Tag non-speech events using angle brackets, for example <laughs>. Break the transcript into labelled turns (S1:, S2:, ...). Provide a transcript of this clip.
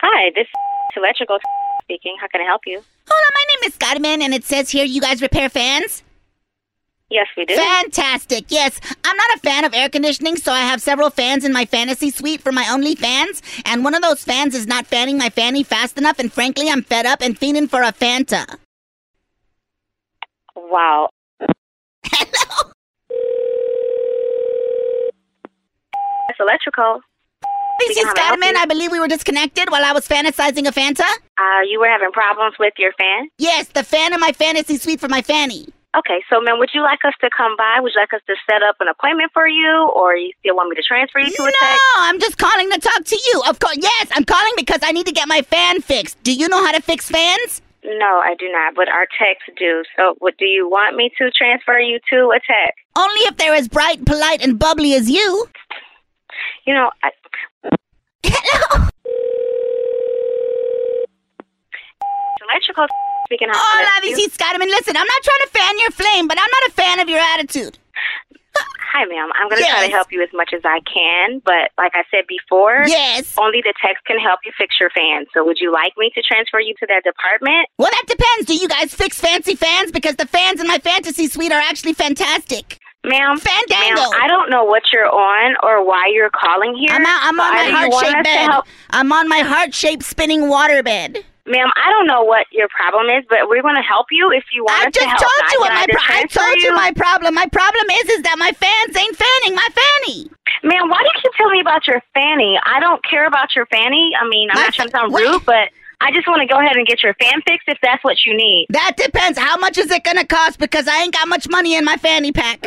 S1: Hi, this is electrical speaking. How can I help you?
S2: Hold on, my name is Scottman, and it says here you guys repair fans.
S1: Yes, we do.
S2: Fantastic. Yes, I'm not a fan of air conditioning, so I have several fans in my fantasy suite for my only fans, and one of those fans is not fanning my fanny fast enough, and frankly, I'm fed up and fiending for a Fanta. <laughs>
S1: Wow.
S2: Hello?
S1: It's electrical.
S2: This
S1: Speaking
S2: is
S1: of my
S2: Scottman.
S1: office.
S2: I believe we were disconnected while I was fantasizing a Fanta.
S1: Uh, you were having problems with your fan?
S2: Yes, the fan in my fantasy suite for my fanny.
S1: Okay, so ma'am, would you like us to come by? Would you like us to set up an appointment for you, or you still want me to transfer you to
S2: No,
S1: a tech?
S2: I'm just calling to talk to you. Of course, yes, I'm calling because I need to get my fan fixed. Do you know how to fix fans?
S1: No, I do not, but our techs do. So, what do you want me to transfer you to a tech?
S2: Only if they're as bright, polite, and bubbly as you. <laughs>
S1: You know, I,
S2: Hello.
S1: it's electrical speaking. How can I
S2: Hola,
S1: help
S2: this
S1: you?
S2: is Scottman. Listen, I'm not trying to fan your flame, but I'm not a fan of your attitude.
S1: Hi, ma'am. I'm going to try
S2: Yes.
S1: to help you as much as I can, but like I said before,
S2: Yes.
S1: only the techs can help you fix your fan. So, would you like me to transfer you to that department?
S2: Well, that depends. Do you guys fix fancy fans? Because the fans in my fantasy suite are actually fantastic.
S1: Ma'am,
S2: Fandango.
S1: ma'am, I don't know what you're on or why you're calling here.
S2: I'm, out, I'm
S1: so
S2: on
S1: either
S2: my
S1: you want
S2: heart-shaped
S1: us to
S2: bed.
S1: help-
S2: I'm on my heart-shaped spinning waterbed.
S1: Ma'am, I don't know what your problem is, but we're going to help you if you want
S2: I
S1: us
S2: just
S1: to help.
S2: told
S1: Now,
S2: you what
S1: can
S2: my
S1: I just
S2: pro- I
S1: transfer
S2: told you
S1: you?
S2: my problem. My problem is is that my fans ain't fanning my fanny.
S1: Ma'am, why do you keep telling me about your fanny? I don't care about your fanny. I mean, I'm
S2: My
S1: not trying to sound
S2: fa-
S1: rude, but I just want to go ahead and get your fan fixed if that's what you need.
S2: That depends. How much is it gonna cost? Because I ain't got much money in my fanny pack.